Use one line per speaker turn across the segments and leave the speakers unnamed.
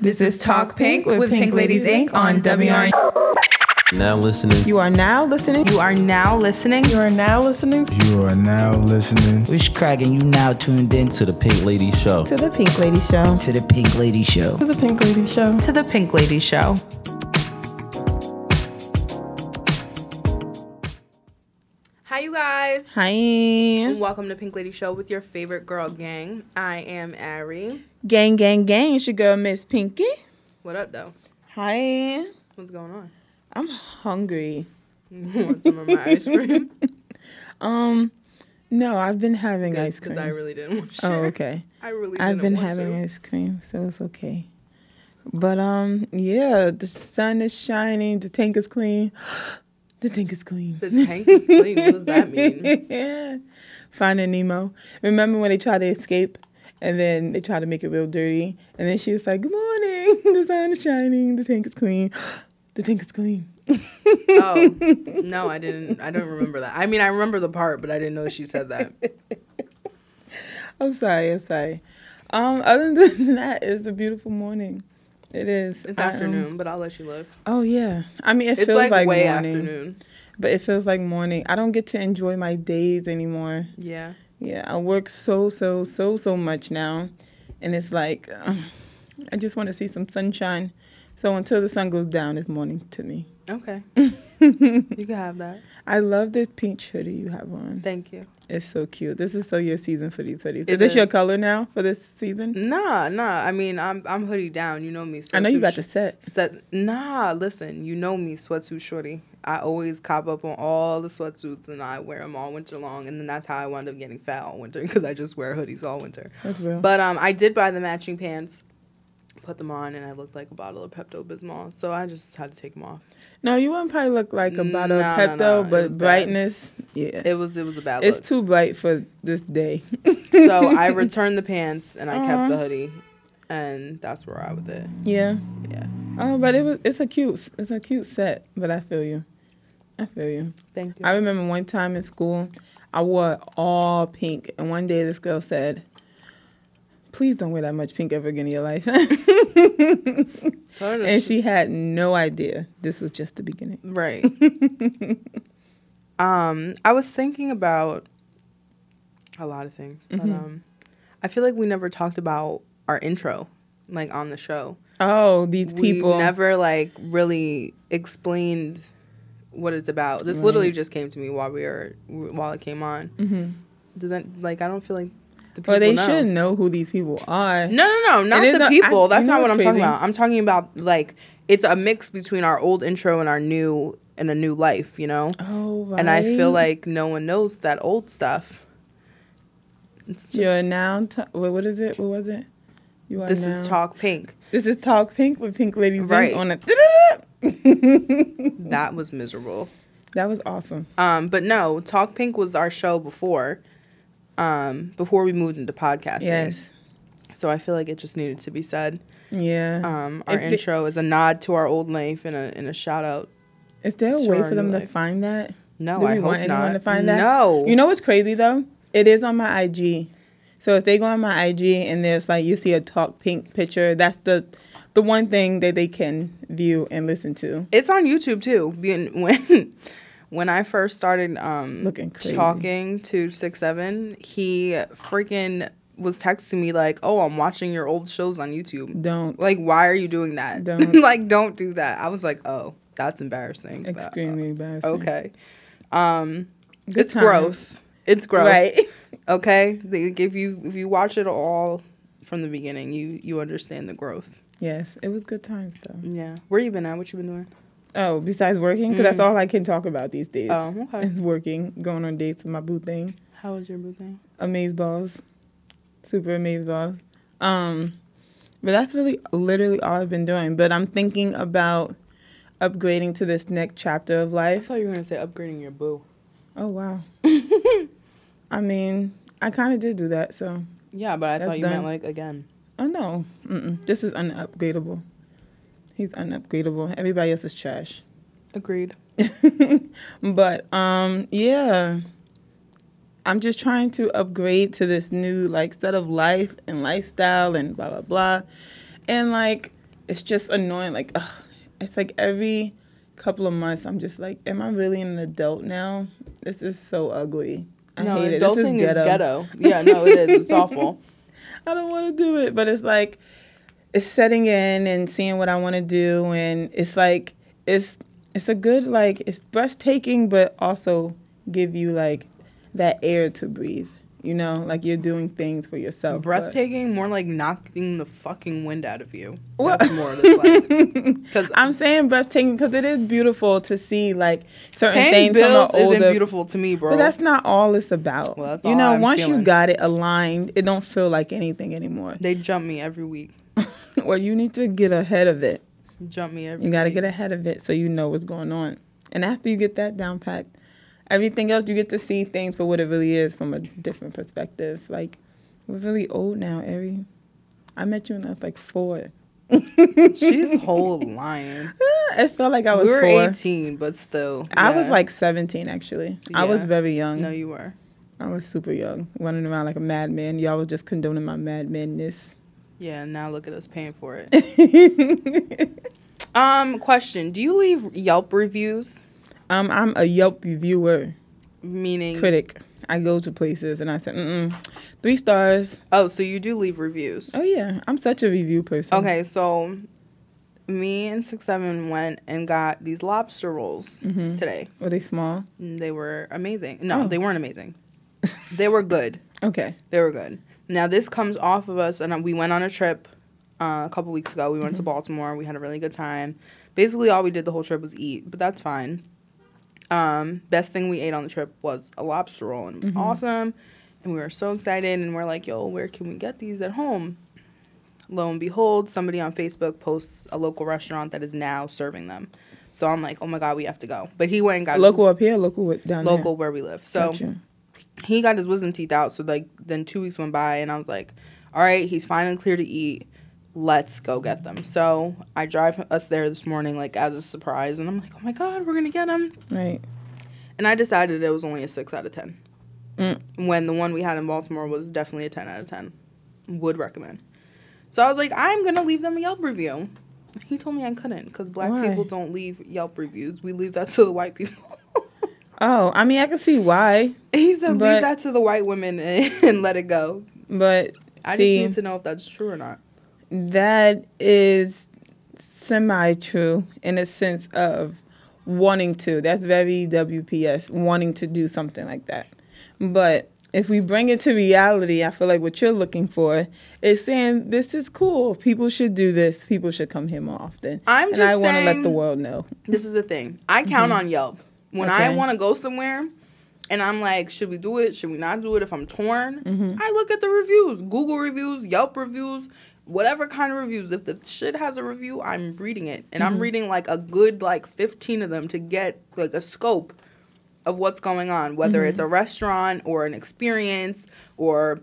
This is Talk Pink with Pink Ladies Inc. on WRN.
Now listening.
You are now listening.
You are now listening.
You are now listening to
You are now listening.
Rich Craig and you now tuned in to,
to the Pink Lady Show.
the Pink Lady Show.
to the Pink Lady Show.
To the Pink Lady Show.
to the Pink Lady Show. Hi, you guys.
Hi.
Welcome to Pink Lady Show with your favorite girl gang. I am Ari.
Gang, gang, gang. It's your girl, Miss Pinky.
What up, though?
Hi.
What's going on?
I'm hungry.
Want some of my ice cream?
Um, no, I've been having ice cream.
Because I really didn't want to.
oh, okay.
I really didn't
I've been
want
having
to.
ice cream, so it's okay. But um, yeah, the sun is shining. The tank is clean. The tank is clean.
The tank is clean. What does that mean?
Finding Nemo. Remember when they tried to escape and then they tried to make it real dirty? And then she was like, Good morning. The sun is shining. The tank is clean. The tank is clean.
Oh no, I didn't. I don't remember that. I mean, I remember the part, but I didn't know she said that.
I'm sorry. I'm sorry. Um, other than that, it's a beautiful morning. It is.
It's
I, um,
afternoon, but I'll let you live.
oh, yeah. I mean, it
It's
feels
like,
like,
way
morning,
afternoon.
but it feels like morning. I don't get to enjoy my days anymore.
Yeah,
Yeah, I work so so so so much now, and it's like um, I just want to see some sunshine. So until the sun goes down, it's morning to me.
okay. you can have that.
I love this peach hoodie you have on.
Thank you.
It's so cute. This is so your season for these hoodies.
It
Is this your
is. Mm,
color now for this season?
Nah, nah. I mean, I'm I'm hoodie down. You know me.
I know you
sweatsuit
got
sh-
the set.
sets. Nah, listen. You know me, sweatsuit shorty. I always cop up on all the sweatsuits and I wear them all winter long, and then that's how I wound up getting fat all winter because I just wear hoodies all winter.
That's real.
But um, I did buy the matching pants, put them on, and I looked like a bottle of Pepto Bismol. So I just had to take them off.
no, you wouldn't probably look like a bottle
No,
of
Mm, no,
Pepto,
no. It was
but
bad.
brightness, yeah,
It was it was a bad
it's
look.
too bright for this day.
so I returned the pants and I kept the hoodie, and that's where I with it.
Yeah.
Yeah.
Oh, but it was it's a cute it's a cute set, but I feel you. I feel you.
Thank you.
I remember one time in school, I wore all pink, and one day this girl said, "Please don't wear that much pink ever again in your life."
Sort of
and she had no idea this was just the beginning.
Right. um, I was thinking about a lot of things, but
Mm-hmm.
um, I feel like we never talked about our intro, like on the show.
Oh, these
we
people!
never like really explained what it's about. This literally just came to me while we were while it came on. Mm-hmm. Does that like I don't feel like the people
or they
know.
should know who these people are.
No, no, no, not
is
the
not- I-
people.
you
That's
know
not what I'm
what's
talking
crazy?
about. I'm talking about like it's a mix between our old intro and our new and a new life, you know.
Oh, right.
And I feel like no one knows that old stuff. It's just,
you're now. T- what what is it? What was it? You are
this is
now-
talk pink.
This is talk pink with pink ladies Inc.
Right.
on a.
That was miserable.
That was awesome.
Um, but no, Talk Pink was our show before, um, before we moved into podcasting.
Yes.
So I feel like it just needed to be said.
Yeah.
Um, our
If the-
intro is a nod to our old life and a and a shout out.
Is there a
Sure,
way for them
like-
to find that?
No,
Do we
Oh, I hope
want anyone
not.
to find that?
No.
You know what's crazy though? It is on my IG. So if they go on my IG and there's like you see a talk pink picture, that's the the one thing that they can view and listen to.
It's on YouTube too. Being- When when I first started um,
Looking crazy.
talking to six seven, he freaking was texting me like, "Oh, I'm watching your old shows on YouTube."
Don't
Like, why are you doing that?
Don't.
like, don't do that. I was like, "Oh, that's embarrassing." but-
extremely embarrassing.
uh, Okay. Um
Good
it's
times.
growth. It's growth.
Right.
Okay? Like, If you if you watch it all from the beginning, you you understand the growth.
yes, it was good times though.
Yeah. Where you been at? What you been doing?
Oh, besides working, because that's all I can talk about these days.
Mm. Oh, okay.
Is working, going on dates with my boo thing.
How was your boo thing?
amaze balls, super amaze balls. Um, but that's really literally all I've been doing. But I'm thinking about upgrading to this next chapter of
I
life.
thought you were gonna say upgrading your boo.
Oh wow. I mean, I kind of did do that. So,
Yeah, but I
That's
thought you meant
done.
like again.
oh no, Mm-mm. this is unupgradable. He's unupgradable. Everybody else is trash.
Agreed.
but um, yeah. I'm just trying to upgrade to this new like set of life and lifestyle and blah blah blah. And like it's just annoying. Like, ugh, it's like every couple of months, I'm just like, am I really an adult now? This is so ugly. I
no,
hate it. This
adulting
is ghetto.
is ghetto. Yeah, no, it is. It's awful.
I don't want to do it, but it's like it's setting in and seeing what I want to do, and it's like it's it's a good like it's breathtaking, but also give you like that air to breathe. You know, like you're doing things for yourself. but-
Breathtaking, more like knocking the fucking wind out of you.
Well-
That's more what it's like. Because
I'm saying breathtaking because it is beautiful to see like certain
paying
things
bills
from an
isn't
older.
beautiful to me, bro.
But that's not all it's about.
Well, that's
you
all
know,
I'm
once you
feeling.
got it aligned, it don't feel like anything anymore.
they jump me every week.
or you need to get ahead of it.
Jump me every.
You got to
week.
get ahead of it so you know what's going on. And after you get that down packed, everything else you get to see things for what it really is from a different perspective. Like we're really old now, Ari. I met you when I was like four.
She's whole lying.
It felt like I
We
was
were
four.
18, but still.
I was
yeah.
like 17 actually. I was
Yeah.
very young.
no, you were.
I was super young, running around like a madman. Y'all was just condoning my madmanness.
Yeah, now look at us paying for it. um, question: Do you leave Yelp reviews?
Um, I'm a Yelp reviewer,
Meaning,
critic. I go to places and I said, mm three stars.
oh, so you do leave reviews?
Oh yeah, I'm such a review person.
Okay, so me and six seven went and got these lobster rolls today.
Were they small?
And they were amazing. No,
Oh.
they weren't amazing. they were good.
Okay.
They were good. Now this comes off of us, and we went on a trip uh, a couple weeks ago. We
Mm-hmm.
went to Baltimore. We had a really good time. Basically, all we did the whole trip was eat, but that's fine. Um, best thing we ate on the trip was a lobster roll, and it
Mm-hmm.
was awesome. And we were so excited, and we're like, "Yo, where can we get these at home?" Lo and behold, somebody on Facebook posts a local restaurant that is now serving them. So I'm like, "Oh my god, we have to go!" But he went and got
Local up here, local with- down there.
local where we live. So
Gotcha.
he got his wisdom teeth out. So like then two weeks went by and I was like, all right, he's finally clear to eat. Let's go get them. So I drive us there this morning like as a surprise, and I'm like, oh my god, we're gonna get them.
Right.
And I decided it was only a six out of ten.
Mm.
When the one we had in Baltimore was definitely a ten out of ten. Would recommend. So I was like, I'm gonna leave them a Yelp review. He told me I couldn't because black
Why?
people don't leave Yelp reviews. We leave that to the white people.
Oh, I mean, I can see why,
He said,
But-
leave that to the white women and, and let it go.
but
I
see,
just need to know if that's true or not.
that is semi true in a sense of wanting to. That's very WPS, wanting to do something like that. But if we bring it to reality, I feel like what you're looking for is saying this is cool. People should do this. People should come here more often.
I'm
and
just
I want to let
saying-
the world know.
This is the thing. I count on Yelp. When I
Mm-hmm. Okay.
want to go somewhere and I'm like, should we do it? Should we not do it? If I'm torn,
Mm-hmm.
I look at the reviews Google reviews, Yelp reviews, whatever kind of reviews. If the shit has a review, I'm reading it. And
Mm-hmm.
I'm reading like a good like 15 of them to get like a scope of what's going on, whether
Mm-hmm.
it's a restaurant or an experience or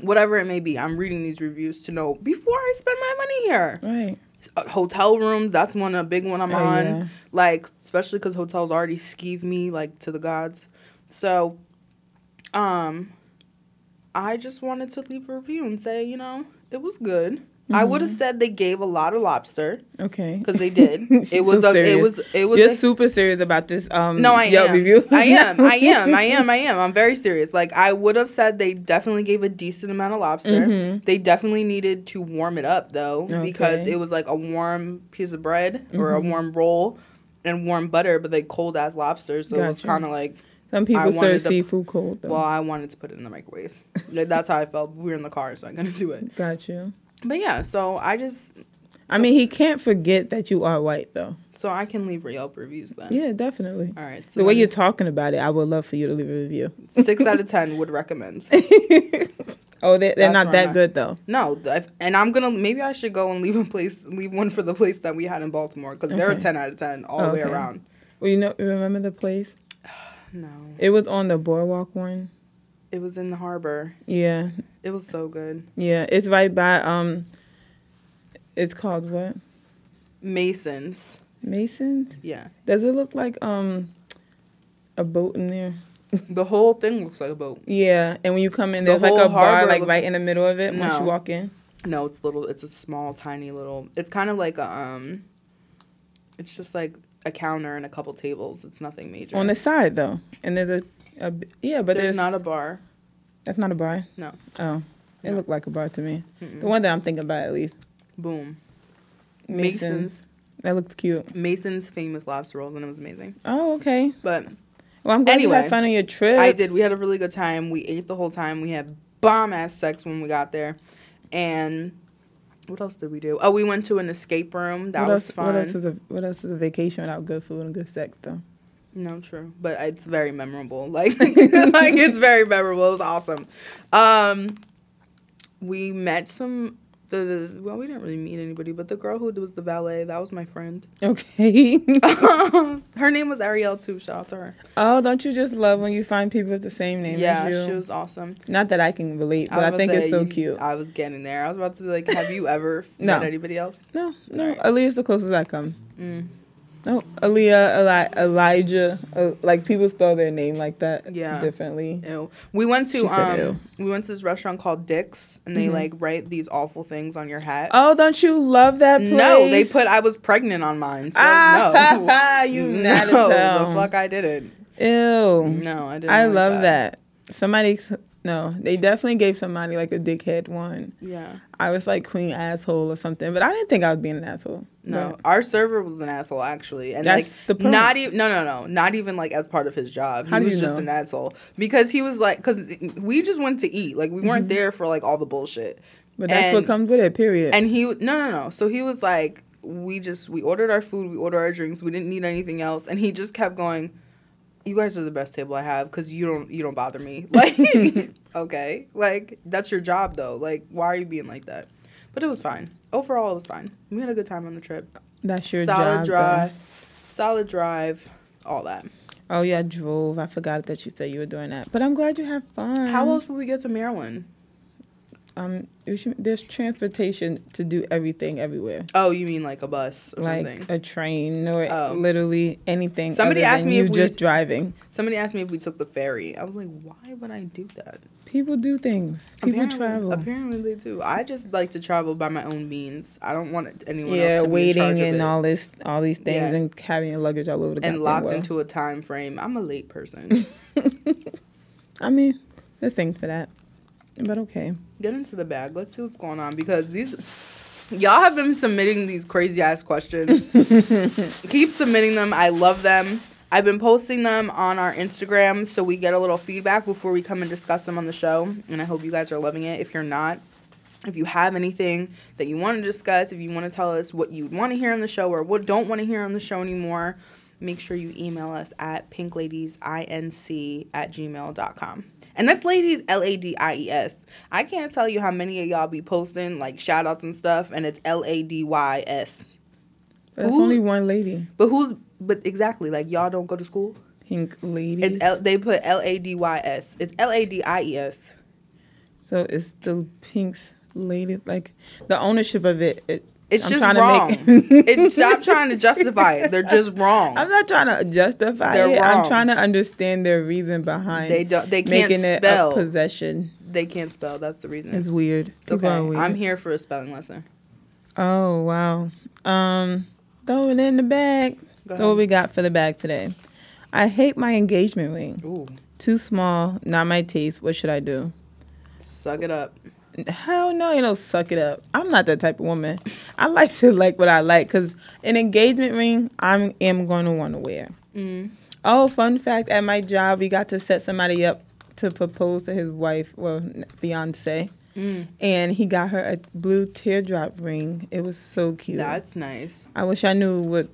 whatever it may be. I'm reading these reviews to know before I spend my money here.
Right.
Uh, hotel rooms, that's one a big one I'm
Oh,
on.
yeah.
Like especially cuz hotels already skeeve me like to the gods. So um I just wanted to leave a review and say, you know, it was good. I
Mm-hmm.
would have said they gave a lot of lobster
Okay.
cuz they did.
She's
it was
so
a, it
serious.
was it was
You're
a-
super serious about this. Um,
no, I
Yelp
am.
Review.
I am. I am. I am. I am. I'm very serious. Like I would have said they definitely gave a decent amount of lobster. They definitely needed to warm it up though because
Mm-hmm. Okay. Mm-hmm.
it was like a warm piece of bread or a warm roll and warm butter, but they cold as lobster, so it was
Gotcha.
kind of like
Some
I
people
wanted
serve
to-
seafood cold. Though.
well, I wanted to put it in the microwave. Like, That's how I felt. We were in the car, so I'm gonna do it.
Got you.
But yeah, so I just
I mean, he can't forget that you are white, though.
so I can leave Yelp reviews then.
Yeah, definitely.
All right. So
The way
then
you're talking about it, I would love for you to leave a review.
six out of ten would recommend.
Oh, they're, they're
That's where
not
I'm
that
at.
good, though.
No, th- and I'm gonna maybe I should go and leave a place, leave one for the place that we had in Baltimore because they're a
Okay.
ten out of ten all the way
Okay.
around.
Well, you know, remember the place?
No,
It was on the boardwalk one.
it was in the harbor.
Yeah,
It was so good.
yeah. It's right by um. It's called what?
Masons,
Mason.
yeah.
Does it look like um, a boat in there?
The whole thing looks like a boat.
Yeah, and when you come in,
The
there's like
whole
a bar
harbor
like
looks-
right in the middle of it once
No.
you walk in.
No, it's little. It's a small, tiny little. It's kind of like a um. It's just like a counter and a couple tables. It's nothing major.
On the side though, and there's a, a b- yeah, but
there's, not a bar.
that's not a bar.
No.
Oh, it
No.
looked like a bar to me. The one that I'm thinking about at least.
Boom.
Mason's.
Mason's
That looked cute.
Mason's famous lobster rolls and it was amazing.
Oh, okay.
But
Well, I'm glad you
Anyway,
had fun on your trip.
I did. We had a really good time. We ate the whole time. We had bomb ass sex when we got there. And what else did we do? Oh, we went to an escape room. That
what
was
else,
fun.
What else is a what else is a vacation without good food and good sex though?
No, true, but it's very memorable. Like, like it's very memorable. It was awesome. Um, we met some the, the well, we didn't really meet anybody, but the girl who was the valet, that was my friend.
Okay.
her name was Ariel too. Shout out to her.
oh, don't you just love when you find people with the same name
yeah,
as you?
she was awesome.
Not that I can relate,
was
but I,
about
think
to
it's
say,
so
you-
cute.
I was getting there. I was about to be like, have you ever
No.
met anybody else?
no, no, Aaliyah's the closest I come.
Mm.
No, Aaliyah, Eli- Elijah, uh, like people spell their name like that
Yeah.
differently.
Ew. We went to
She
um,
said Mm-hmm.
we went to this restaurant called Dick's, and they like write these awful things on your hat.
Oh, don't you love that place?
No, they put I was pregnant on mine. So no.
ah, you mad as
no, the
hell.
fuck I didn't.
Ew.
No, I didn't.
I
like
love that. Somebody, no, they definitely gave somebody like a dickhead one.
Yeah.
I was like queen asshole or something, but I didn't think I was being an asshole.
No, our server was an asshole actually, and
That's
like
the point.
not even no no no not even like as part of his job. He
How do
was
you
just
know?
an asshole because he was like because we just went to eat like we weren't there for like all the bullshit.
Mm-hmm. But that's
And-
what comes with it. Period.
And he no no no. So he was like, we just we ordered our food, we ordered our drinks, we didn't need anything else, and he just kept going. You guys are the best table I have because you don't you don't bother me. Like okay, like that's your job though. Like why are you being like that? But it was fine. Overall, it was fine. We had a good time on the trip.
that's your
solid
job.
drive,
though.
solid drive, all that.
Oh yeah, drove. I forgot that you said you were doing that, but I'm glad you had fun.
How else would we get to Maryland?
Um, you should, there's transportation to do everything everywhere,
Oh, you mean like a bus or
like uh,
something?
a train or
Oh.
literally anything.
Somebody
other
asked
than
me
you
if we-
just driving.
Somebody asked me if we took the ferry. I was like, why would I do that?
People do things. People travel.
Apparently they do. I just like to travel by my own means. I don't want it- anyone
yeah,
else to waiting be in
waiting
charge of
and
it.
all this, all these things,
Yeah.
and carrying luggage all over the
and
goddamn
locked
world.
into a time frame. I'm a late person.
I mean, there's things for that, but okay.
Get into the bag. Let's see what's going on because these y'all have been submitting these crazy ass questions. Keep submitting them. I love them. I've been posting them on our Instagram so we get a little feedback before we come and discuss them on the show. And I hope you guys are loving it. If you're not, if you have anything that you want to discuss, if you want to tell us what you want to hear on the show or what don't want to hear on the show anymore, make sure you email us at pinkladies.inc at gmail.com. And that's ladies, L A D I E S. I can't tell you how many of y'all be posting like shout outs and stuff, and it's L A D Y S.
But it's
Who-
only one lady.
But who's, but exactly, like y'all don't go to school?
Pink lady.
It's L, they put L A D Y S. It's L A D I E S.
so it's the pink's lady. Like the ownership of it. it
It's
I'm
just
trying
wrong.
To make,
it, stop trying to justify it. They're just wrong.
I'm not trying to justify
They're
it.
wrong.
I'm trying to understand their reason behind.
They don't- they can't
making
spell.
it a possession.
They can't spell. That's the reason.
It's weird.
It's okay.
People are weird.
I'm here for a spelling lesson.
Oh wow. Um, throw it in the bag.
Go
So what
ahead.
we got for the bag today? I hate my engagement ring.
Ooh,
Too small. Not my taste. What should I do?
suck it up.
Hell no, you know, suck it up. I'm not that type of woman. I like to like what I like because an engagement ring, I am going to want to wear. Oh, fun fact at my job, we got to set somebody up to propose to his wife, well, n- fiance. And he got her a blue teardrop ring. It was so cute.
That's nice.
I wish I knew what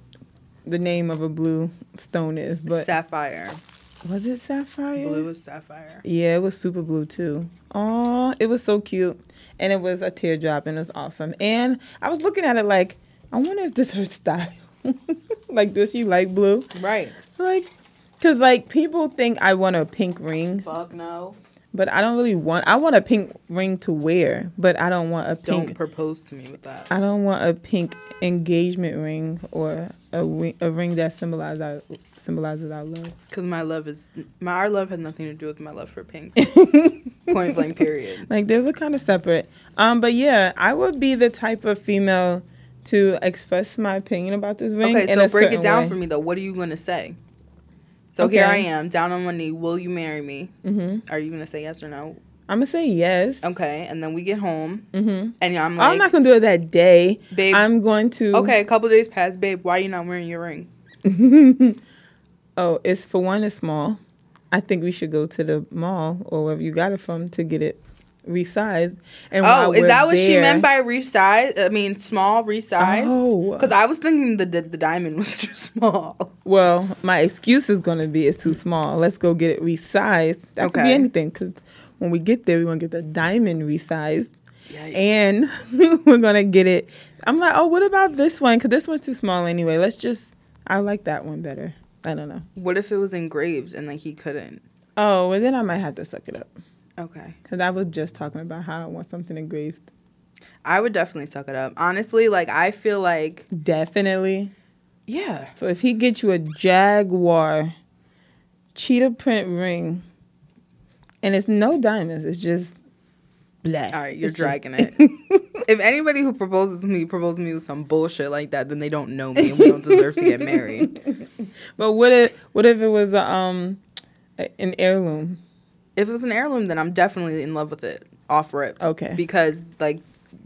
the name of a blue stone is, but
sapphire.
was it sapphire?
Blue is sapphire.
Yeah, it was super blue too. Oh, it was so cute. And it was a teardrop and it was awesome. And I was looking at it like, I wonder if this her style. like, does she like blue?
Right.
Like, cause like people think I want a pink ring,
Fuck no.
but I don't really want. I want a pink ring to wear, but I don't want a
Don't
pink.
propose to me with that.
I don't want a pink engagement ring or a, wi- a ring that symbolizes our, symbolizes our love.
Cause my love is my our love has nothing to do with my love for pink. Point blank, period.
Like they look kind of separate. Um, but yeah, I would be the type of female to express my opinion about this ring.
Okay,
in
so
a
break
certain
it down
way.
for me though. What are you gonna say? So here I
Okay.
am, down on one knee. Will you marry me? Mm-hmm. Are you gonna say yes or no?
I'm gonna say yes.
Okay, and then we get home,
Mm-hmm.
and I'm like,
I'm not gonna do it that day.
Babe.
I'm going to.
okay. A couple days pass, babe. Why you not wearing your ring?
Oh, it's for one. It's small. I think we should go to the mall or wherever you got it from to get it resized. And
Oh,
while
is
we're
that what she
there-
meant by resize? I mean, small resize.
Oh.
because I was thinking the, the the diamond was too small.
Well, my excuse is going to be it's too small. Let's go get it resized. That could
Okay.
be anything because when we get there, we want to get the diamond resized.
Yikes.
And we're going to get it. I'm like, oh, what about this one? Because this one's too small anyway. Let's just, I like that one better. I don't know.
What if it was engraved and like he couldn't?
Oh, well, then I might have to suck it up.
Okay.
Because I was just talking about how I want something engraved.
I would definitely suck it up. Honestly, like I feel like
Definitely.
yeah.
So if he gets you a Jaguar cheetah print ring, and it's no diamonds, it's just black.
All right, you're
It's just-
dragging it. if anybody who proposes to me proposes to me with some bullshit like that, then they don't know me and we don't deserve to get married.
But what if what if it was a, um a- an heirloom?
If it's an heirloom, then I'm definitely in love with it. Off rip.
Okay.
Because like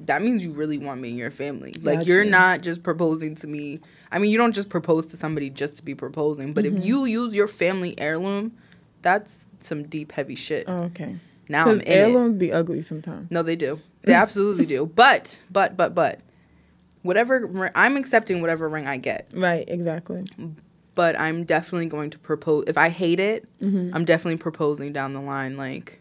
that means you really want me in your family. Like
Got
you're
you.
not just proposing to me. I mean, you don't just propose to somebody just to be proposing, but if you use your family heirloom, that's some deep heavy shit.
Oh, okay.
now I'm
Because
in it.
heirlooms be ugly sometimes.
No, they do. They absolutely do. But, but, but, but, whatever ri- I'm accepting, whatever ring I get.
Right. Exactly.
But I'm definitely going to propose. If I hate it, I'm definitely proposing down the line. Like,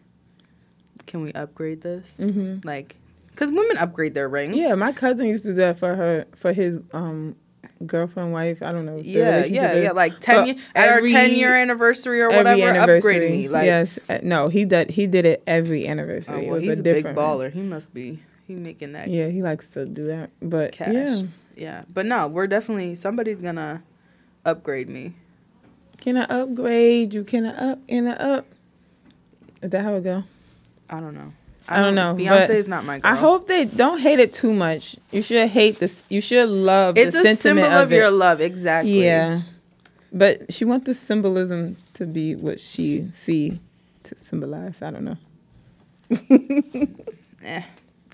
can we upgrade this? Like, because women upgrade their rings.
Yeah, my cousin used to do that for her for his um girlfriend wife. I don't know. their
Yeah,
relationship
yeah,
is.
yeah. Like ten
But
year, at our
every-
ten year anniversary or
every
whatever, upgrade
anniversary.
me. Like,
yes, Uh, no, he did. He did it every
oh,
anniversary.
well,
it was
he's a, big
different ring.
baller. He must be. He making that
Yeah, he likes to do that. But
cash.
yeah,
yeah. But no, we're definitely somebody's gonna upgrade me.
can I upgrade? You can I up and I up. Is that how it go?
I don't know.
I don't know,
Beyonce
but
is not my girl.
I hope they don't hate it too much. You should hate this. You should love.
it's
the
a
sentiment
symbol of
it.
your love, exactly.
Yeah, but she wants the symbolism to be what she see to symbolize. I don't know.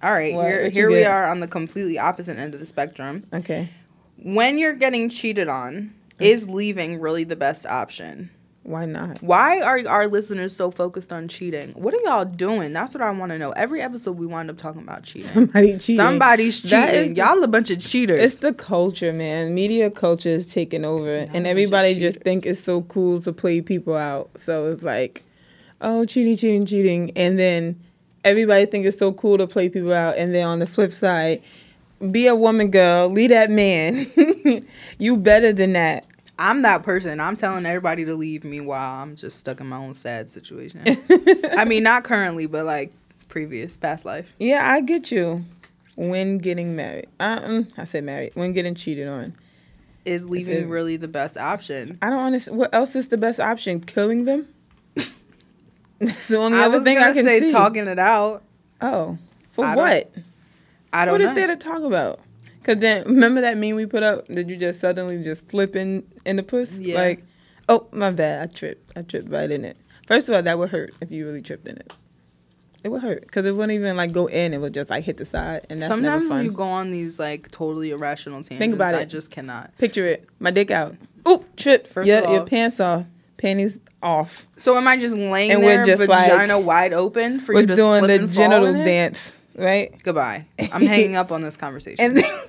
All right,
What-
here,
what you
here we
get?
are on the completely opposite end of the spectrum.
Okay.
When you're getting cheated on, is leaving really the best option?
Why not?
Why are our listeners so focused on cheating? What are y'all doing? That's what I want to know. Every episode we wind up talking about cheating.
Somebody cheating.
Somebody's
That is
cheating. Y'all a bunch of cheaters.
It's the culture, man. Media culture is taking over,
bunch of
and everybody just
cheaters.
think it's so cool to play people out. So it's like, oh, cheating, cheating, cheating, and then everybody think it's so cool to play people out, and then on the flip side, be a woman, girl, leave that man. you better than that.
I'm that person. I'm telling everybody to leave me while I'm just stuck in my own sad situation. I mean, not currently, but like previous, past life.
Yeah, I get you. When getting married, uh, I said married. When getting cheated on,
is leaving
it.
really the best option.
I don't understand. What else is the best option? Killing them. That's the only
I
other
was
thing
gonna
I can
say
see.
talking it out.
Oh, for
I don't-
what?
I don't
What is
know.
there to talk about? Cause then remember that meme we put up that you just suddenly just slip in in the puss?
Yeah.
Like, oh my bad, I tripped. I tripped right in it. First of all, that would hurt if you really tripped in it. It would hurt because it wouldn't even like go in. It would just like hit the side, and that's never
Sometimes
fun.
when you go on these like totally irrational tangents,
about
I
it.
just cannot.
Picture it, my dick out. Oop, trip.
First
yeah,
of all-
your pants off, panties off.
So am I just laying
And we're
there,
just, like,
vagina wide open for
We're
you to
doing
slip
the
and fall in
genital
it?
dance, right?
Goodbye. I'm hanging up on this conversation.
and then,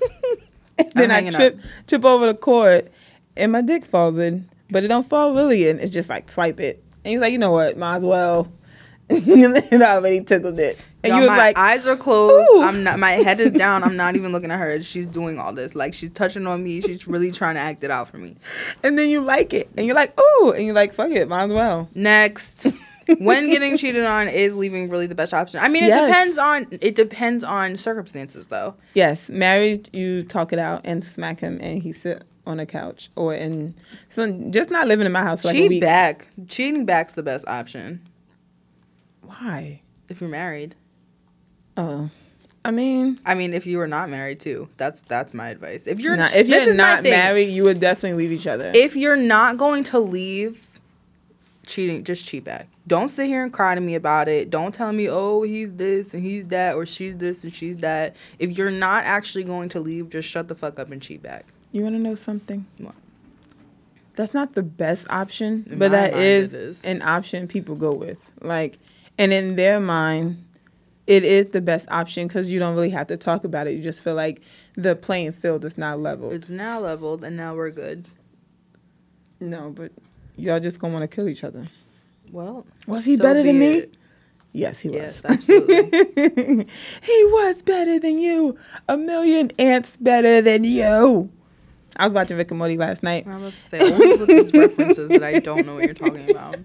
and then I
hanging up.
trip trip over the cord, and my dick falls in, but it don't fall really in. It's just like swipe it, and he's like, you know what, might as well. it already tickled it, and
Y'all,
you was
my
like,
eyes are closed.
"Ooh."
I'm not. My head is down. I'm not even looking at her. She's doing all this. Like she's touching on me. She's really trying to act it out for me.
and then you like it, and you're like, ooh, and you're like, fuck it, might as well.
Next. when getting cheated on is leaving really the best option. I mean, it
Yes.
depends on it depends on circumstances though.
Yes, married, you talk it out and smack him, and he sit on a couch or in some just not living in my house for like a
Cheat
week.
back. Cheating back's the best option.
Why?
if you're married.
Oh, I mean,
I mean, if you were not married too, that's that's my advice. If you're
nah, if
this
you're
is my
not
thing.
married, you would definitely leave each other.
if you're not going to leave cheating just cheat back don't sit here and cry to me about it don't tell me oh he's this and he's that or she's this and she's that if you're not actually going to leave just shut the fuck up and cheat back
you want to know something?
What?
That's not the best option,
In
but
my
that
mind,
is,
it is.
an option people go with. Like, and in their mind, it is the best option because you don't really have to talk about it. You just feel like the playing field is not level.
it's now leveled and now we're good
no, but y'all just gonna want to kill each other.
well
Was he better than
be
me?
it.
Yes, he
yes
was.
absolutely
he was better than you. A million ants better than you. I was watching Rick and Morty last night.
i'm about to say always with these references that i don't know what you're talking about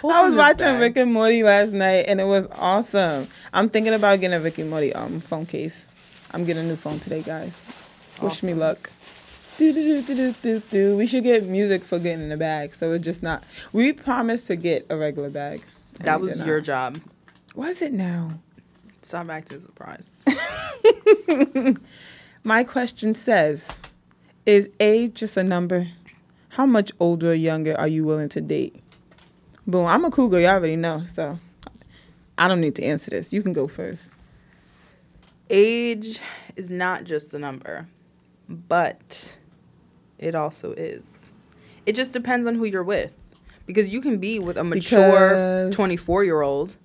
Pull
I was
from this
watching
bag.
Rick and Morty last night, and it was awesome. I'm thinking about getting a Rick and Morty um phone case. I'm getting a new phone today, guys. Wish me luck. Do do do do do do do. We should get music for getting in a bag, so it's just not. We promised to get a regular bag. and
that
we
was
did
your
not.
job
Was it now?
stop acting surprised
My question says, is age just a number? How much older or younger are you willing to date? Boom, I'm a cougar, you already know, so I don't need to answer this. You can go first.
age is not just a number, but it also is. It just depends on who you're with. Because you can be with a mature
Because- Mm-hmm.
24 year old,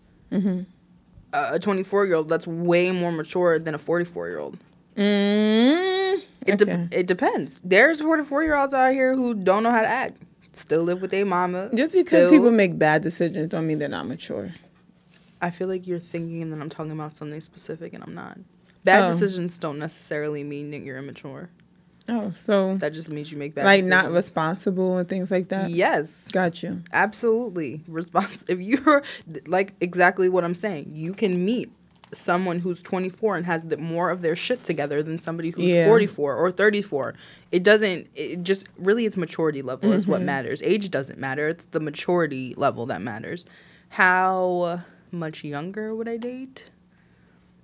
a 24 year old that's way more mature than a 44 year old.
Mm,
It, de-
okay.
it depends. There's 44 year olds out here who don't know how to act, still live with their mama.
Just because
still-
people make bad decisions don't mean they're not mature.
I feel like you're thinking that I'm talking about something specific and I'm not. Bad
Oh.
decisions don't necessarily mean that you're immature.
Oh, so
That just means you make bad
like
decisions.
not responsible and things like that.
Yes,
Got you.
absolutely. Response. If you're like exactly what I'm saying, you can meet someone who's 24 and has the, more of their shit together than somebody who's
Yeah.
44 or 34. It doesn't. It just really, it's maturity level is
Mm-hmm.
what matters. Age doesn't matter. It's the maturity level that matters. How much younger would I date?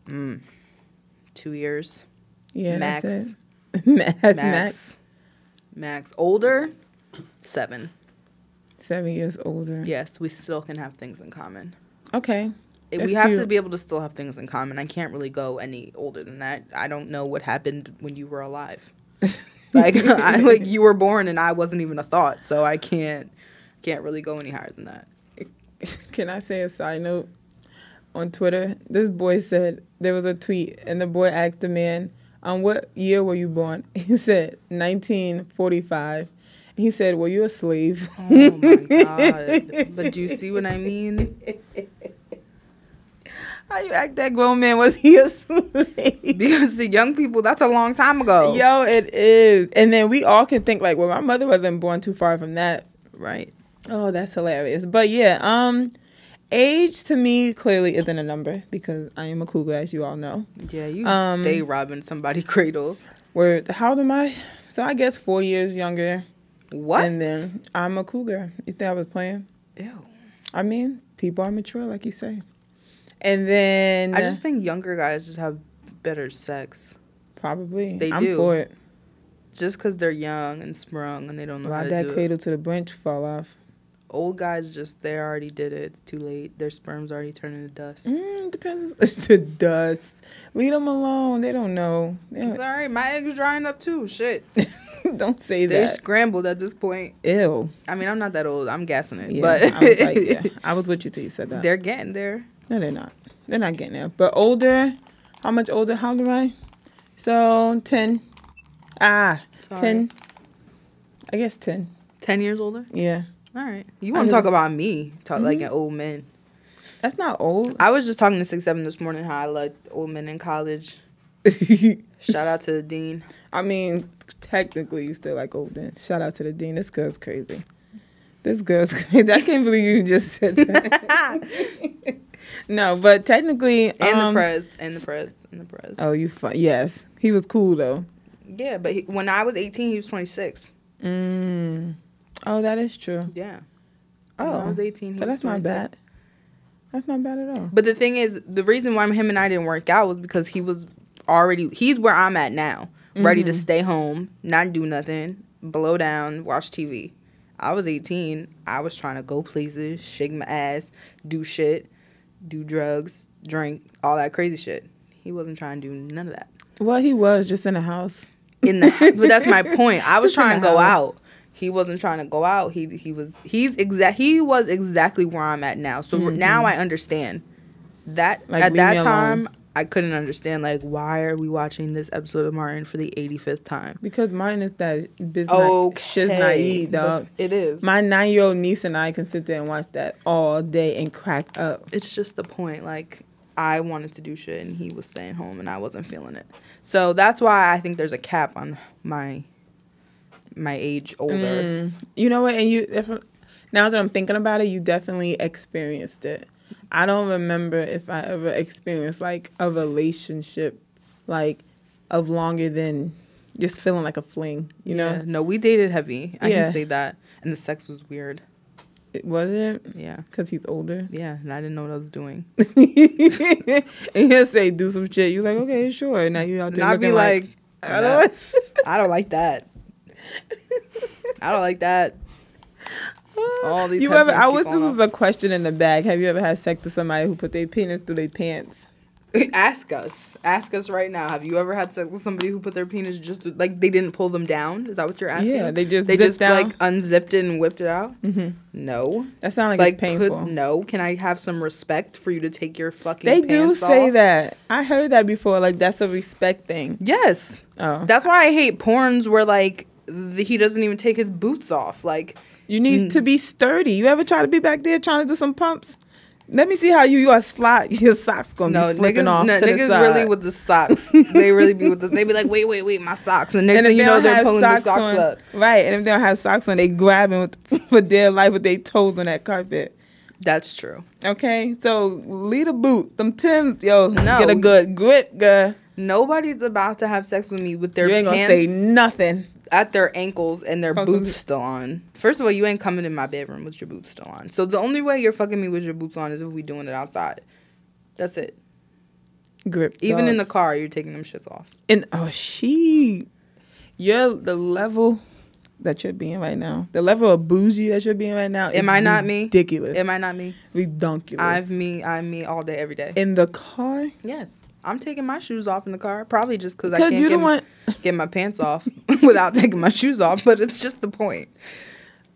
Mm. Two years
Yeah,
Max.
That's it. Max, Max,
max. Max older, seven.
seven years older.
Yes, we still can have things in common.
Okay.
It-
That's
we have to
cute.
be able to still have things in common. I can't really go any older than that. I don't know what happened when you were alive. like I like you were born and I wasn't even a thought, so I can't can't really go any higher than that.
Can I say a side note? On Twitter, this boy said there was a tweet, and the boy asked the man, "On what year were you born?" He said, "1945." He said, "Were you a slave?"
Oh my god. But do you see what I mean?
How you act that grown man? Was he a slave?
Because the young people, that's a long time ago.
Yo, it is. And then we all can think like, "Well, my mother wasn't born too far from that."
Right.
Oh, that's hilarious. But yeah, um, age to me clearly isn't a number because I am a cougar, as you all know.
Yeah, you
Um,
stay robbing somebody cradle.
Where how old am I? So I guess four years younger.
What?
And then I'm a cougar. You think I was playing?
Ew.
I mean, people are mature, like you say. And then
I just think younger guys just have better sex.
probably
they
I'm
do.
for it.
Just because they're young and sprung and they don't know how
Ride
to do
that
it.
cradle to the branch fall off.
old guys just they already did it. It's too late. Their sperm's already turning to dust.
Mm, depends. It's to dust. Leave them alone. They don't know. They
It's all right. My egg's drying up too. Shit,
don't, don't say
they're
that.
scrambled at this point.
Ew.
I mean, I'm not that old. I'm gassing it,
Yeah,
but
I was like, yeah, I was with you till you said that.
they're getting there.
No, they're not. They're not getting there. But older, how much older? How old am I? So 10. Ah,
Sorry.
10. I guess 10.
Ten years older.
Yeah.
All right. You
I
want to
was- Mm-hmm.
talk about me? Talk like an old man.
That's not old.
I was just talking to six seven this morning. How I liked old men in college. Shout out to the dean.
I mean, technically, you still like old then. Shout out to the dean. This girl's crazy. This girl's crazy. I can't believe you just said that. no, but technically.
And
um,
the press, and the press, and the press.
Oh, you fun. Yes. He was cool, though.
Yeah, but he, when I was 18, he was 26.
Mm. Oh, that is true.
Yeah. When I
Oh.
was 18, he
So
was
that's not
26.
bad. That's not bad at all.
But the thing is, the reason why him and I didn't work out was because he was already he's where I'm at now, ready
Mm-hmm.
to stay home, not do nothing, blow down, watch TV. I was 18. I was trying to go places, shake my ass, do shit, do drugs, drink, all that crazy shit. He wasn't trying to do none of that.
Well, he was just in the house.
In the but that's my point. I was
Just in
trying to
the
go
house.
out. He wasn't trying to go out. He he was he's exact he was exactly where I'm at now. So now I understand that
Mm-hmm. Like,
at
leave me
that
alone.
time I couldn't understand like why are we watching this episode of Martin for the 85th time?
Because mine is that biz
Oh,
shiz naive, dog.
It is.
My nine year old niece and I can sit there and watch that all day and crack up.
it's just the point like I wanted to do shit and he was staying home and I wasn't feeling it. So that's why I think there's a cap on my my age older.
Mm. You know what? And you, if, now that I'm thinking about it, you definitely experienced it. I don't remember if I ever experienced like a relationship, like of longer than just feeling like a fling. You know,
Yeah, no, we dated heavy. I
Yeah.
can say that. And the sex was weird.
it wasn't
Yeah.
because he's older.
Yeah. And I didn't know what I was doing.
and he'll say do some shit. You like okay, sure. Now you out
And
there
I'd be
looking like,
like, "Nah, I don't like that. I don't like that. All these
you ever?
headphones
I
keep
wish this
falling
was a question in the bag. Have you ever had sex with somebody who put their penis through their pants?
off. Ask us. Ask us right now. Have you ever had sex with somebody who put their penis just like they didn't pull them down? Is that what you're asking?
Yeah, they just
they
zipped
just
down.
like unzipped it and whipped it out. Mm-hmm. No,
That sounds like,
like
it's painful.
put no. Can I have some respect for you to take your fucking?
they do
pants
say
off?
that. I heard that before. Like that's a respect thing.
Yes.
Oh,
That's why I hate porns where like the, he doesn't even take his boots off. Like
you need
Mm.
to be sturdy. You ever try to be back there trying to do some pumps? Let me see how you your slot your socks gonna
no
be flipping
niggas,
off
no,
to the
niggas
side.
really with the socks. they really be with the. They be like, wait, wait, wait, my socks. And next
and if
thing you
they
know,
don't
they're
have
pulling
socks
the socks
on,
up.
right? And if they don't have socks on, they grabbing with, for dear life with their toes on that carpet.
That's true.
Okay, so lead a boot, them Tim's, yo,
No.
get a good grip, girl.
Nobody's about to have sex with me with their
you ain't gonna
pants
say nothing.
at their ankles and their
Comes with
boots
it.
still on. First of all, you ain't coming in my bedroom with your boots still on. So the only way you're fucking me with your boots on is if we doing it outside. That's it.
Grip,
Even
dog.
in the car, you're taking them shits off.
and oh she, you're the level that you're being right now, the level of bougie that you're being right now.
Am
is
I not me?
Ridiculous,
Am I not me?
ridiculous.
I'm me. I'm me all day, every day.
in the car.
Yes. I'm taking my shoes off in the car, probably just because I
Because
can't
you
get,
don't want.
get my pants off without taking my shoes off, but it's just the point.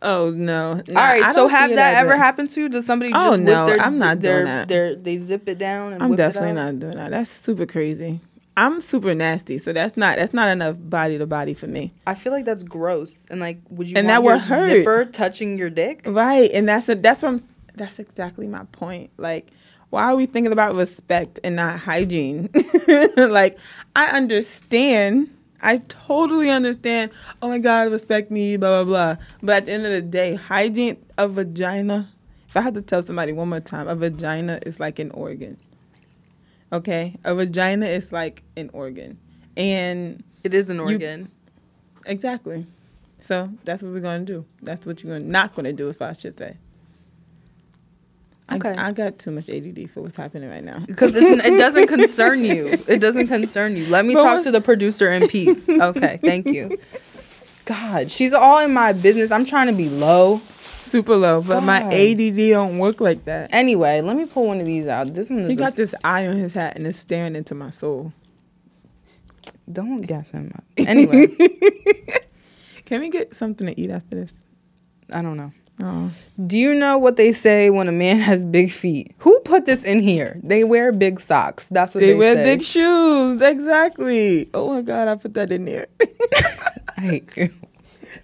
Oh no!
All right, so have that, ever happened to you? Does somebody
Oh,
just whip
no,
their,
I'm not
their,
doing that.
their- they zip it down and
I'm
whip it
definitely
out?
not doing that. That's super crazy. I'm super nasty, so that's not that's not enough body to body for me.
I feel like that's gross. And like, would you
And
want
that
your
would hurt.
zipper touching your dick?
Right, and that's a, that's from that's exactly my point. Like, why are we thinking about respect and not hygiene? like, I understand. I totally understand. Oh my God, respect me, blah blah blah. But at the end of the day, hygiene a vagina. If I had to tell somebody one more time, a vagina is like an organ. Okay, a vagina is like an organ, and
It is an organ.
exactly. So that's what we're gonna do. That's what you're gonna, not gonna do, if I should say. I-
Okay.
I, got too much ADD for what's happening right now.
Because it doesn't concern you. It doesn't concern you. Let me
But
talk
what-
to the producer in peace. Okay, thank you. God, she's all in my business. I'm trying to be low.
Super low, but my
God.
ADD don't work like that.
Anyway, let me pull one of these out. This one is.
He
a-
got this eye on his hat and it's staring into my soul.
don't gas him up. Anyway,
Can we get something to eat after this?
I don't know.
Oh,
Do you know what they say when a man has big feet? Who put this in here? They wear big socks. That's what
they,
they,
wear
say.
big shoes. Exactly. Oh my God, I put that in there.
I hate you.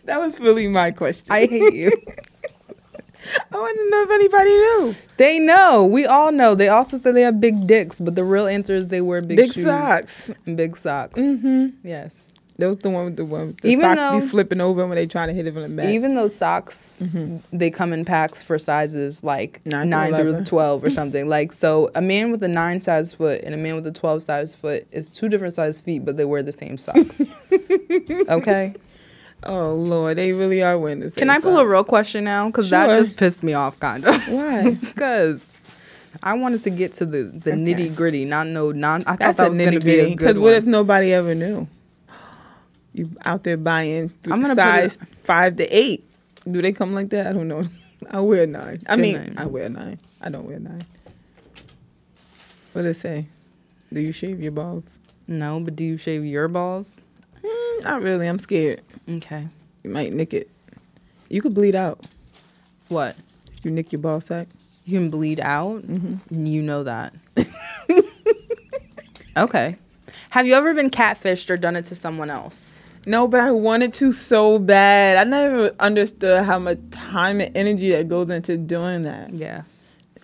that was really my question.
I hate you.
I wanted to know if anybody knew.
they know. We all know. They also say they have big dicks, but the real answer is they wear big,
Big, Mm-hmm.
shoes
socks.
and big socks. Yes.
That was the one with the one with the
Even
sock
though-
be flipping over when they trying to hit it from the back.
Even those socks, they come in packs for sizes like
Mm-hmm. Nine
nine,
to
through
11.
the twelve or something. Like so, a man with a nine size foot and a man with a twelve size foot is two different size feet, but they wear the same socks. okay.
oh Lord, they really are wearing the same
Can I pull a
socks.
real question now? Because
Sure.
that just pissed me off, kind of.
Why?
Because I wanted to get to the, the
Okay.
nitty gritty, not no non. I
That's
thought that
a
was going to
nitty
be
gritty.
a
Because
good
what if
one.
nobody ever knew? You out there buying th-
I'm gonna put it-
size five to eight. Do they come like that? I don't know. I wear a nine. I
Good
mean,
nine.
I wear a nine. I don't wear a nine. What it say? Do you shave your balls?
No, but do you shave your balls?
Mm, not really. I'm scared.
Okay.
You might nick it. You could bleed out.
What?
if You nick your ball sack.
You can bleed out?
Mm-hmm.
You know that. okay. Have you ever been catfished or done it to someone else?
No, but I wanted to so bad. I never understood how much time and energy that goes into doing that.
Yeah.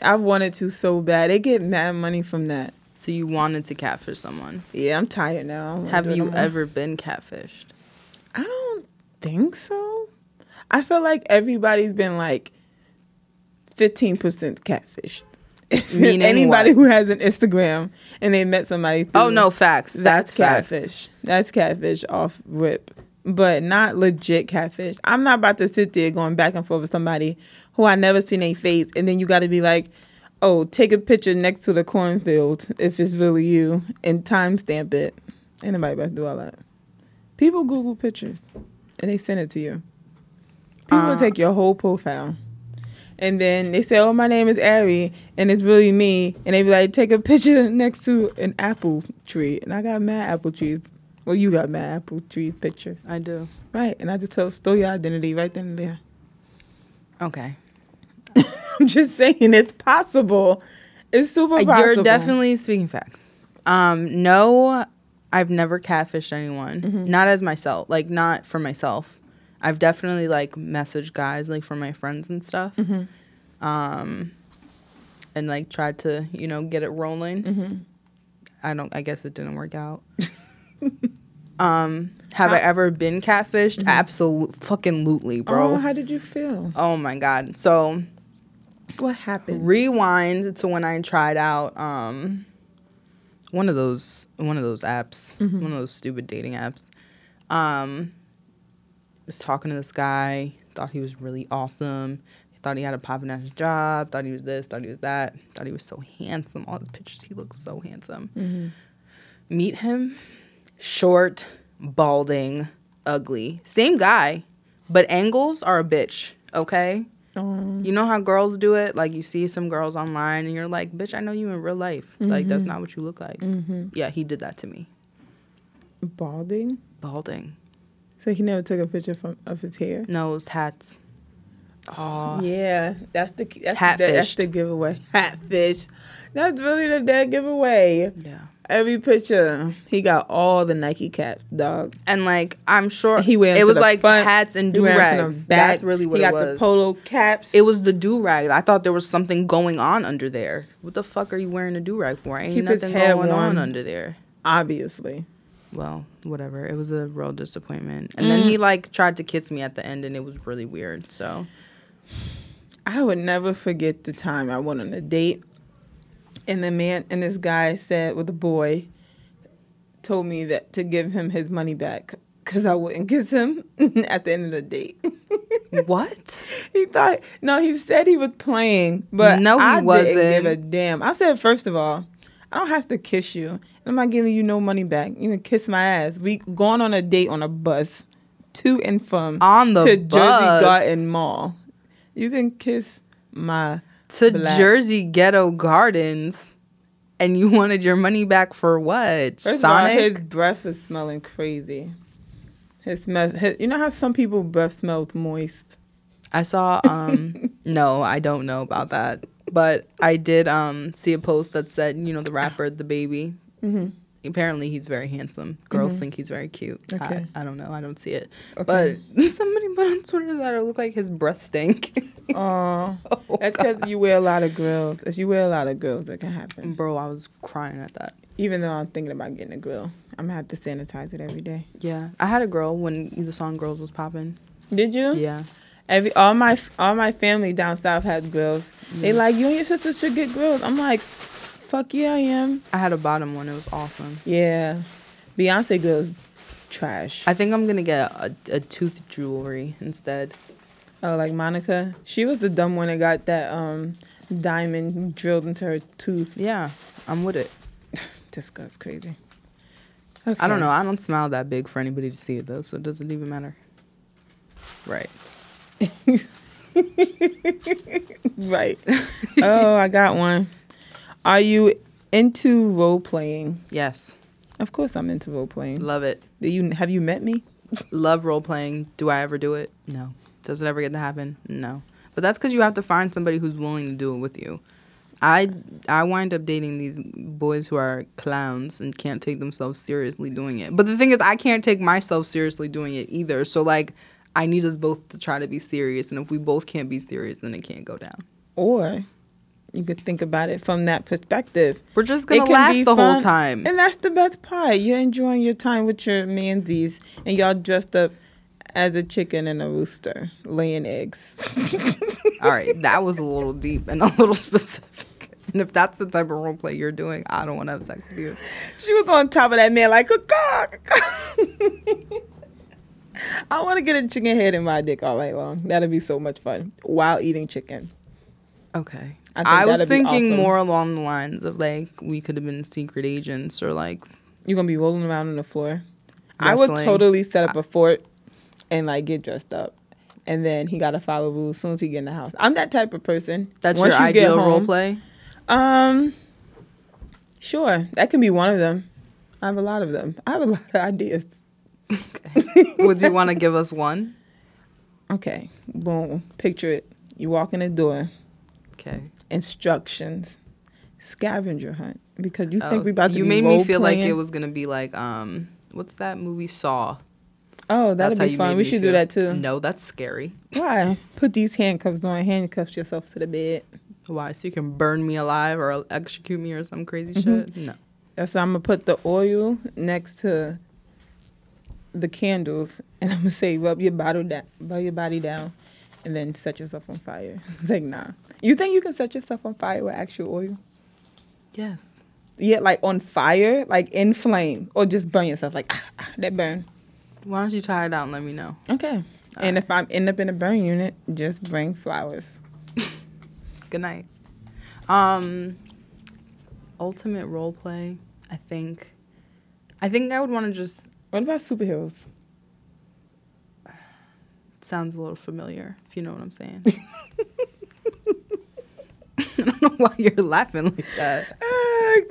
I wanted to so bad. They get mad money from that.
So you wanted to catfish someone.
Yeah, I'm tired now. I don't wanna do
Have
it no
you
more.
ever been catfished?
I don't think so. I feel like everybody's been like 15% catfished. If
Meaning
Anybody
what?
who has an Instagram and they met somebody.
Oh
through-
no, facts. That's, facts.
catfish. That's catfish off rip, but not legit catfish. I'm not about to sit there going back and forth with somebody who I never seen a face, and then you got to be like, "Oh, take a picture next to the cornfield if it's really you, and timestamp it." Anybody about to do all that? People Google pictures, and they send it to you. People
Uh,
take your whole profile. And then they say, "Oh, my name is Ari, and it's really me." And they be like, "Take a picture next to an apple tree." And I got mad apple trees. Well, you got mad apple tree picture,
I do.
right? And I just told, stole your identity right then and there.
Okay.
I'm just saying, it's possible. It's super
Uh,
possible.
You're definitely speaking facts. Um, no, I've never catfished anyone.
Mm-hmm.
Not as myself, like not for myself. I've definitely like messaged guys like for my friends and stuff. Um,
Mm-hmm.
and like tried to you know get it rolling.
Mm-hmm.
I don't. I guess it didn't work out. um, have I ever been catfished? Absolutely, fucking lootly, bro.
Mm-hmm. Oh, how did you feel?
oh my god. So
What happened?
rewind to when I tried out um one of those one of those apps, one of those stupid dating apps. Um was talking to this guy, thought he was really awesome. Thought he had a poppin' ass job, thought he was this, thought he was that, thought he was so handsome. All the pictures, he looked so handsome. Meet him, short, balding, ugly. Same guy, but angles are a bitch, okay?
Um,
You know how girls do it? Like you see some girls online and you're like, bitch, I know you in real life. Like
Mm-hmm.
that's not what you look like. Yeah, he did that to me.
balding.
Balding.
So he never took a picture from, of his hair.
Nose, hats. Aw.
Yeah, that's the that's
Hatfished.
the, that's the giveaway. Hatfish. That's really the dead giveaway.
Yeah.
Every picture, he got all the Nike caps, dog.
And like I'm sure
He wear 'em
it
to
was
the
like
front,
hats and
He
do
wear 'em to the
rags.
back.
That's really what
he
it
got
was.
the polo caps.
it was the do rag. I thought there was something going on under there. What the fuck are you wearing a do rag for? Ain't
Keep his
nothing
hair
going on
warm.
under there.
obviously.
Well, whatever. It was a real disappointment. And
Mm.
then he like tried to kiss me at the end and it was really weird. So
I would never forget the time I went on a date, and the man and this guy said with a boy, told me that to give him his money back because I wouldn't kiss him at the end of the date.
what?
He thought no, he said he was playing, but
No, he
I didn't
wasn't.
give a damn. I said first of all, I don't have to kiss you. I'm not giving you no money back. You can kiss my ass. We going on a date on a bus to and from
On the
to
bus.
Jersey Garden Mall. You can kiss my
to
Black.
Jersey Ghetto Gardens and you wanted your money back for what?
first Of all,
Sonic?
his breath is smelling crazy. His smell. His, you know how some people breath smells moist.
I saw um no, I don't know about that. But I did um see a post that said, you know, the rapper The Baby.
Mm-hmm.
Apparently he's very handsome. Girls think he's very cute.
Okay.
I, I don't know. I don't see it. But somebody put on Twitter that it looked like his breath stink.
Aw.
Oh,
that's because you wear a lot of grills. If you wear a lot of grills, it can happen.
Bro, I was crying at that.
Even though I'm thinking about getting a grill, I'm gonna have to sanitize it every day.
Yeah. I had a girl when the song Girls was popping.
Did you?
Yeah.
Every all my all my family down south has grills. They
Mm.
like you and your sister should get grills. I'm like, fuck yeah, I am.
I had a bottom one. It was awesome.
Yeah, Beyonce grills, trash.
I think I'm gonna get a, a tooth jewelry instead.
oh, like Monica, she was the dumb one that got that um diamond drilled into her tooth.
Yeah, I'm with it.
This girl's crazy. Okay.
I don't know. I don't smile that big for anybody to see it though, so it doesn't even matter. Right.
Right. oh, I got one. Are you into role playing?
Yes.
Of course, I'm into role playing.
Love it.
Do you have you met me?
Love role playing. Do I ever do it? No. Does it ever get to happen? No. But that's because you have to find somebody who's willing to do it with you. I I wind up dating these boys who are clowns and can't take themselves seriously doing it. But the thing is, I can't take myself seriously doing it either. So like, I need us both to try to be serious. And if we both can't be serious, then it can't go down.
Or you could think about it from that perspective.
We're just
It
gonna
can
laugh
be
the whole
fun,
time.
And that's the best part. You're enjoying your time with your mandies, and y'all dressed up as a chicken and a rooster laying eggs.
All right, that was a little deep and a little specific. And if that's the type of role play you're doing, I don't want to have sex with you.
she was on top of that man like a cock. I want to get a chicken head in my dick all night long. That'd be so much fun while eating chicken.
Okay.
I think
I, was
that'd be
thinking
awesome.
more along the lines of like we could have been secret agents or like
You're gonna be rolling around on the floor. I would
Wrestling.
totally set up a fort and like get dressed up. And then he gotta follow rules as soon as he get in the house. I'm that type of person.
that's
Once
your
you get
ideal role
home-
play.
Um, sure, that can be one of them. I have a lot of them. I have a lot of ideas.
Would you want to give us one?
Okay, boom. Picture it. You walk in the door.
Okay.
Instructions. Scavenger hunt. Because you
Oh,
think we about to
you
be
made me feel like it
role-playing.
was gonna be like um what's that movie Saw?
Oh, that'd
That's how
be
you
fun.
made
We
me
should do
feel.
that too.
No, that's scary.
Why? Put these handcuffs on. Handcuffs yourself to the bed.
Why? So you can burn me alive or execute me or some crazy
Mm-hmm.
shit? No.
That's I'm gonna put the oil next to the candles, and I'm gonna say, rub your bottle down, rub your body down, and then set yourself on fire. it's like, nah. You think you can set yourself on fire with actual oil?
Yes.
Yeah, like on fire, like in flame, or just burn yourself, like ah, ah, that burn.
Why don't you try it out and let me know?
Okay. and if I'm end up in a burn unit, just bring flowers.
Good night. Um ultimate role play, I think I think I would want to just
What about superheroes?
sounds a little familiar, if you know what I'm saying. I don't know why you're laughing like that.
Ah,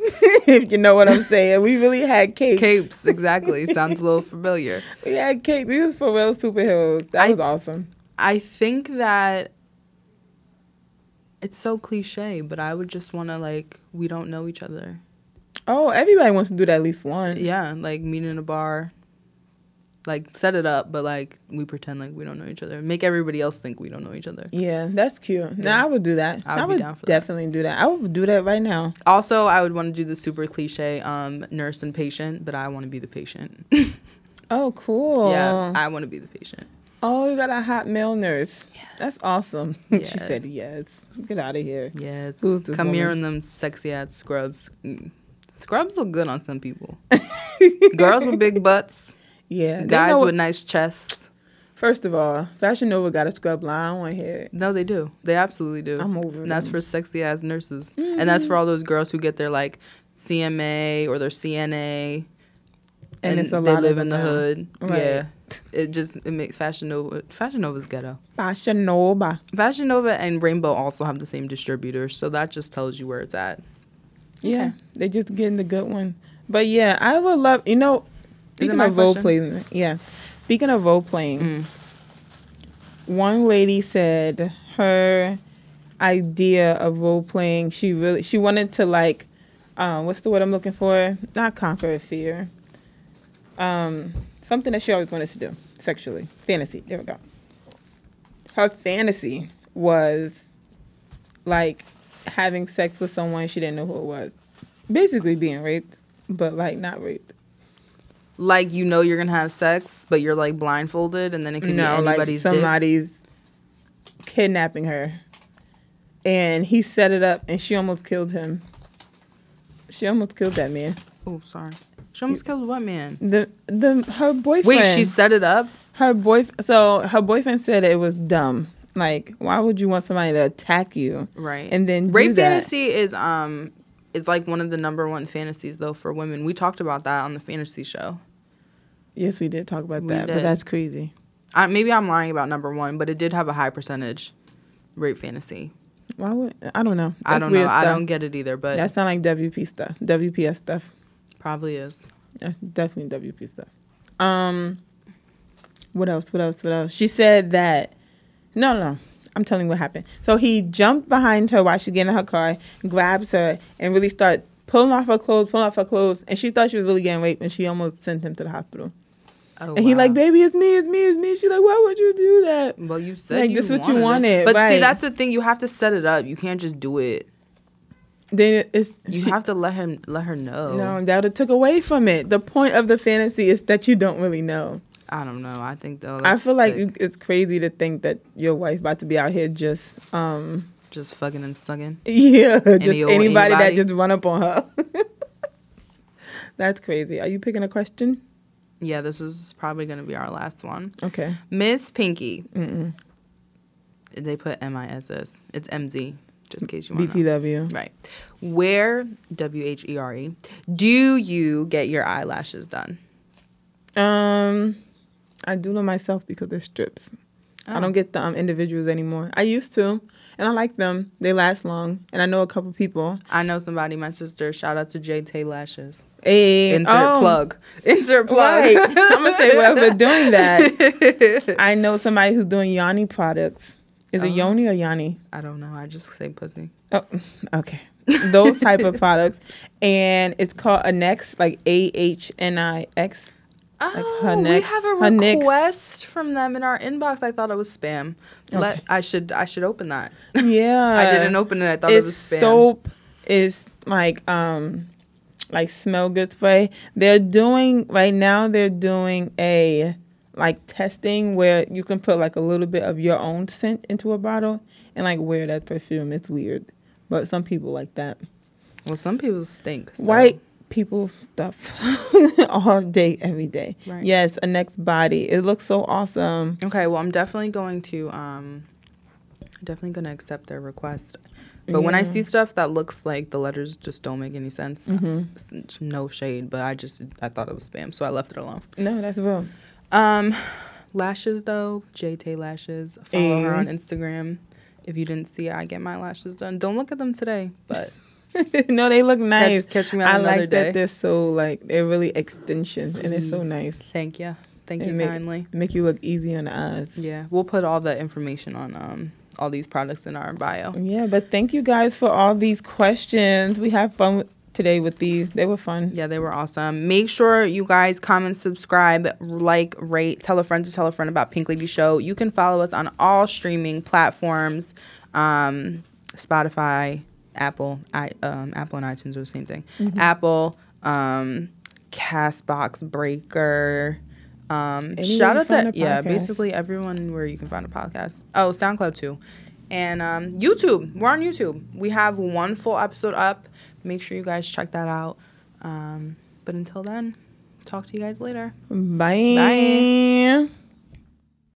if you know what I'm saying, we really had cakes.
Capes, exactly. Sounds a little familiar.
We had cakes. We was for real superheroes. That
I-
was awesome.
I think that it's so cliche, but I would just want to like we don't know each other.
Oh, everybody wants to do that at least once.
Yeah, like meet in a bar. Like set it up, but like we pretend like we don't know each other. Make everybody else think we don't know each other.
Yeah, that's cute. No,
Yeah.
I would do that.
I would
I
be
would
down for that.
definitely do that. I would do that right now.
Also, I would want to do the super cliche um, nurse and patient, but I want to be the patient.
Oh, cool.
yeah, I want to be the patient.
oh, you got a hot male nurse. That's awesome. she
Yes.
said yes. Get out of here.
Yes.
Who's this
Come here
woman?
in them sexy ass scrubs. Mm. Scrubs look good on some people. Girls with big butts,
Yeah. they
guys
know
with
what-
nice chests.
First of all, Fashion Nova got a scrub line. I don't want to hear it.
No, they do. They absolutely do.
I'm over
And that's
them.
for sexy ass nurses. And that's
Mm.
for all those girls who get their like CMA or their CNA.
And it's a
they
lot of
live in the
them now.
hood.
Right.
Yeah. It just it makes Fashion Nova Fashion Nova's ghetto.
Fashion Nova.
Fashion Nova and Rainbow also have the same distributor, so that just tells you where it's at.
Yeah, they just getting the good one. But yeah, I would love you know.
it
Speaking
my
of role
question? Mm.
playing, yeah. Speaking of role playing, one lady said her idea of role playing. She really she wanted to like, um, what's the word I'm looking for? Not conquer a fear. Um, something that she always wanted to do sexually, fantasy. There we go. Her fantasy was like having sex with someone she didn't know who it was. Basically being raped, but like not raped.
like you know you're gonna have sex, but you're like blindfolded, and then it can
no,
be
like
anybody's dick.
somebody's kidnapping her. And he set it up and she almost killed him. She almost killed that man.
Oh, sorry. She almost killed what man?
The the her boyfriend
Wait, she set it up.
her boyfriend so her boyfriend said it was dumb Like, why would you want somebody to attack you?
Right.
And then do
rape
that?
fantasy is um is like one of the number one fantasies though for women. We talked about that on the fantasy show.
Yes, we did talk about
We
that, but
did.
that's crazy.
I, maybe I'm lying about number one, but it did have a high percentage rape fantasy.
Why would I don't know? That's
I don't know.
weird
I
stuff.
don't get it either, but
That's not like WP stuff. WPS stuff.
probably is.
That's definitely WP stuff. Um, what else? What else? What else? She said that. No, no, no. I'm telling you what happened. So he jumped behind her while she getting in her car, grabs her, and really start pulling off her clothes, pulling off her clothes, and she thought she was really getting raped, and she almost sent him to the hospital.
Oh,
And he like,
wow.
baby, it's me, it's me, it's me. She like, why would you do that?
Well, you said
Like,
you
this what
wanted
you
it.
wanted,
But see,
right.
that's the thing. You have to set it up. You can't just do it.
Then it's
You
she-
have to let him let her know.
No, that would took away from it. The point of the fantasy is that you don't really know.
I don't know. I think though.
I feel like
sick.
it- it's crazy to think that your wife about to be out here just, um,
just fucking and sucking.
yeah, just
old
anybody, that
anybody?
just run up on her. That's crazy. Are you picking a question?
Yeah, this is probably gonna be our last one.
Okay.
Miss Pinky.
Mm-mm.
They put M I S S. It's M Z. Just in case you want to.
BTW.
Right. Where W H E R E do you get your eyelashes done?
Um, I do them myself because they're strips. I
Oh.
don't get the um, individuals anymore. I used to, and I like them. They last long, and I know a couple people.
I know somebody, my sister. Shout out to J Tay Lashes.
Hey,
Insert
oh.
plug. Insert plug.
Right. I'm gonna say well for doing that. I know somebody who's doing Yanni products. Is it
Uh-huh.
Yoni or Yanni?
I don't know. I just say pussy.
Oh, okay. Those type of products, and it's called Annex, like A H N I X.
Oh,
her next-
we have a
her next-
request from them in our inbox. I thought it was spam. Let I should I should open that.
Yeah,
I didn't open it. I thought it
It's
was spam.
soap. It's like um, like smell good spray. They're doing right now. They're doing a like testing where you can put like a little bit of your own scent into a bottle and like wear that perfume. It's weird, but some people like that.
well, some people stink. so-
White people stuff all day, every day.
Right.
Yes, a next body. It looks so awesome.
Okay, well, I'm definitely going to um definitely going to accept their request. But when I
Yeah. Mm-hmm.
see stuff that looks like the letters just don't make any sense, it's no shade, but I just I thought it was spam, so I left it alone.
No, that's real.
Um lashes though, J Tay lashes. Follow her
Eh.
on Instagram. If you didn't see, I get my lashes done. Don't look at them today, but
no, they look nice.
catch, catch me on
I
another
like
day. Mm-hmm.
that they're so like they're really extension and it's so nice.
Thank you. Thank
It
you
make-
kindly.
Make you look easy on the eyes.
Yeah, we'll put all the information on um all these products in our bio.
Yeah, but thank you guys for all these questions. We had fun with- today with these. They were fun.
Yeah, they were awesome. Make sure you guys comment, subscribe, like, rate, tell a friend to tell a friend about Pink Lady Show. You can follow us on all streaming platforms, um, Spotify, Apple, I, um, Apple and iTunes are the same thing. Apple, um, Castbox, Breaker. Um,
Anywhere
shout
you
out to
find a
yeah,
podcast.
basically everyone where you can find a podcast. Oh, SoundCloud too, and um, YouTube. We're on YouTube. We have one full episode up. Make sure you guys check that out. Um, but until then, talk to you guys later.
Bye.